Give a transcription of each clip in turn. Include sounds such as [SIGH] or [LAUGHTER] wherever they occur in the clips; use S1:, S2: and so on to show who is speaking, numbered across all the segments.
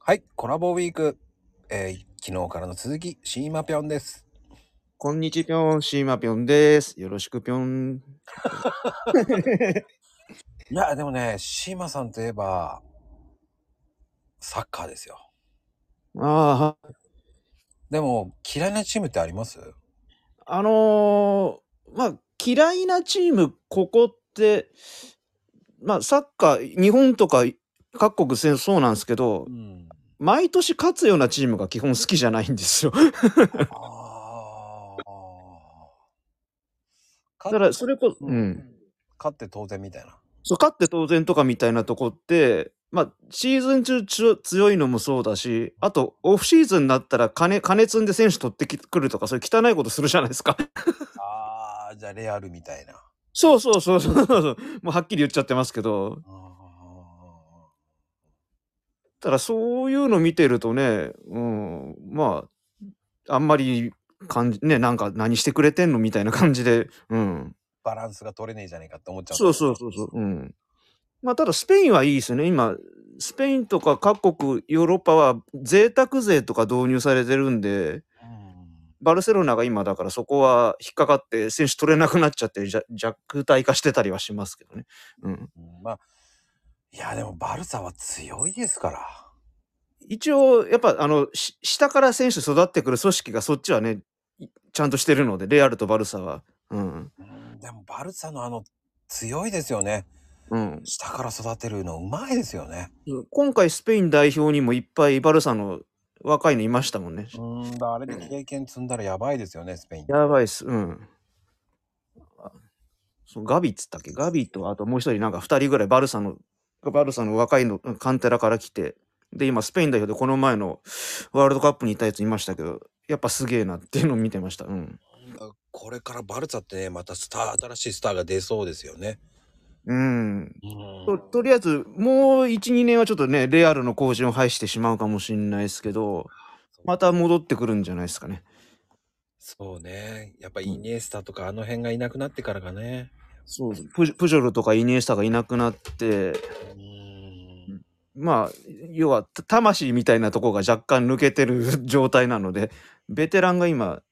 S1: はい、コラボウィーク、えー昨日からの続き、シーマぴょんです。
S2: こんにちぴょん、シーマぴょんです。よろしくぴょ [LAUGHS] ん。
S1: いや、でもね、シーマさんといえば、サッカーですよ。
S2: ああ、
S1: でも、嫌いなチームってあります
S2: あのー、まあ、嫌いなチーム、ここって、まあ、サッカー、日本とか各国戦そうなんですけど、
S1: ん。
S2: 毎年勝つようなチームが基本好きじゃないんですよ。
S1: ああ。
S2: だから、それこそ、
S1: う
S2: うん。
S1: ん。勝って当然みたいな。
S2: そう、勝って当然とかみたいなとこって、まあ、シーズン中強強いのもそうだし、あと、オフシーズンになったら金、金積んで選手取ってきくるとか、そういう汚いことするじゃないですか。
S1: ああ、じゃあレアルみたいな。
S2: そうそうそうそうそう。もうはっきり言っちゃってますけど、
S1: あ
S2: ただそういうの見てるとね、うん、まあ、あんまり感じ、ね、なんか何してくれてんのみたいな感じで、うん。
S1: ーバランスが取れねえじゃねえかって思っちゃう。
S2: そうそうそうそう、うん。まあ、ただスペインはいいですね。今、スペインとか各国、ヨーロッパは贅沢税とか導入されてるんで、
S1: うん。
S2: バルセロナが今だからそこは引っかかって選手取れなくなっちゃって弱弱体化してたりはしますけどね。うん。
S1: うんまあ、いや、でもバルサは強いですから。
S2: 一応、やっぱ、あの、し下から選手育ってくる組織がそっちはね、いちゃんとしてるので、レアルとバルサは。うん。
S1: うんでもバルサのあの強いですよね
S2: うん。
S1: 下から育てるのうまいですよね
S2: 今回、スペイン代表にもいっぱいバルサの若いのいましたもんね。
S1: うんだあれで経験積んだらやばいですよねスペイン
S2: やばいっす。うん。あそうガビっつったっけガビと、あともう一人、なんか二人ぐらいバルサの、バルサの若いの、カンテラから来て、で、今、スペイン代表でこの前のワールドカップにいたやついましたけど、やっぱすげえなっていうのを見てました。うん。
S1: これからバルサってねまたスター新しいスターが出そうですよね
S2: うん。
S1: うん
S2: ととりあえずもう12年はちょっとねレアルの後陣を排してしまうかもしれないですけどまた戻ってくるんじゃないですかね
S1: そうねやっぱイニエスタとかあの辺がいなくなってからがね
S2: そうプジプジョルとかイニエスタがいなくなって
S1: うん
S2: まあ要はた魂みたいなとこが若干抜けてる状態なのでベテランが今、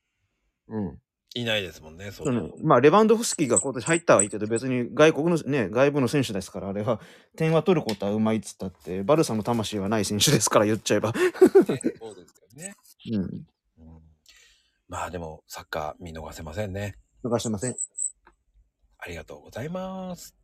S2: うん
S1: いないですもんねそ
S2: そうのまあ、レバンドフスキが今年入ったはいいけど別に外国のね外部の選手ですからあれは点は取ることはうまいっつったってバルサの魂はない選手ですから言っちゃえば、
S1: そうですよね、
S2: うん、
S1: うんまあでもサッカー見逃せませんね
S2: 逃してません
S1: ありがとうございます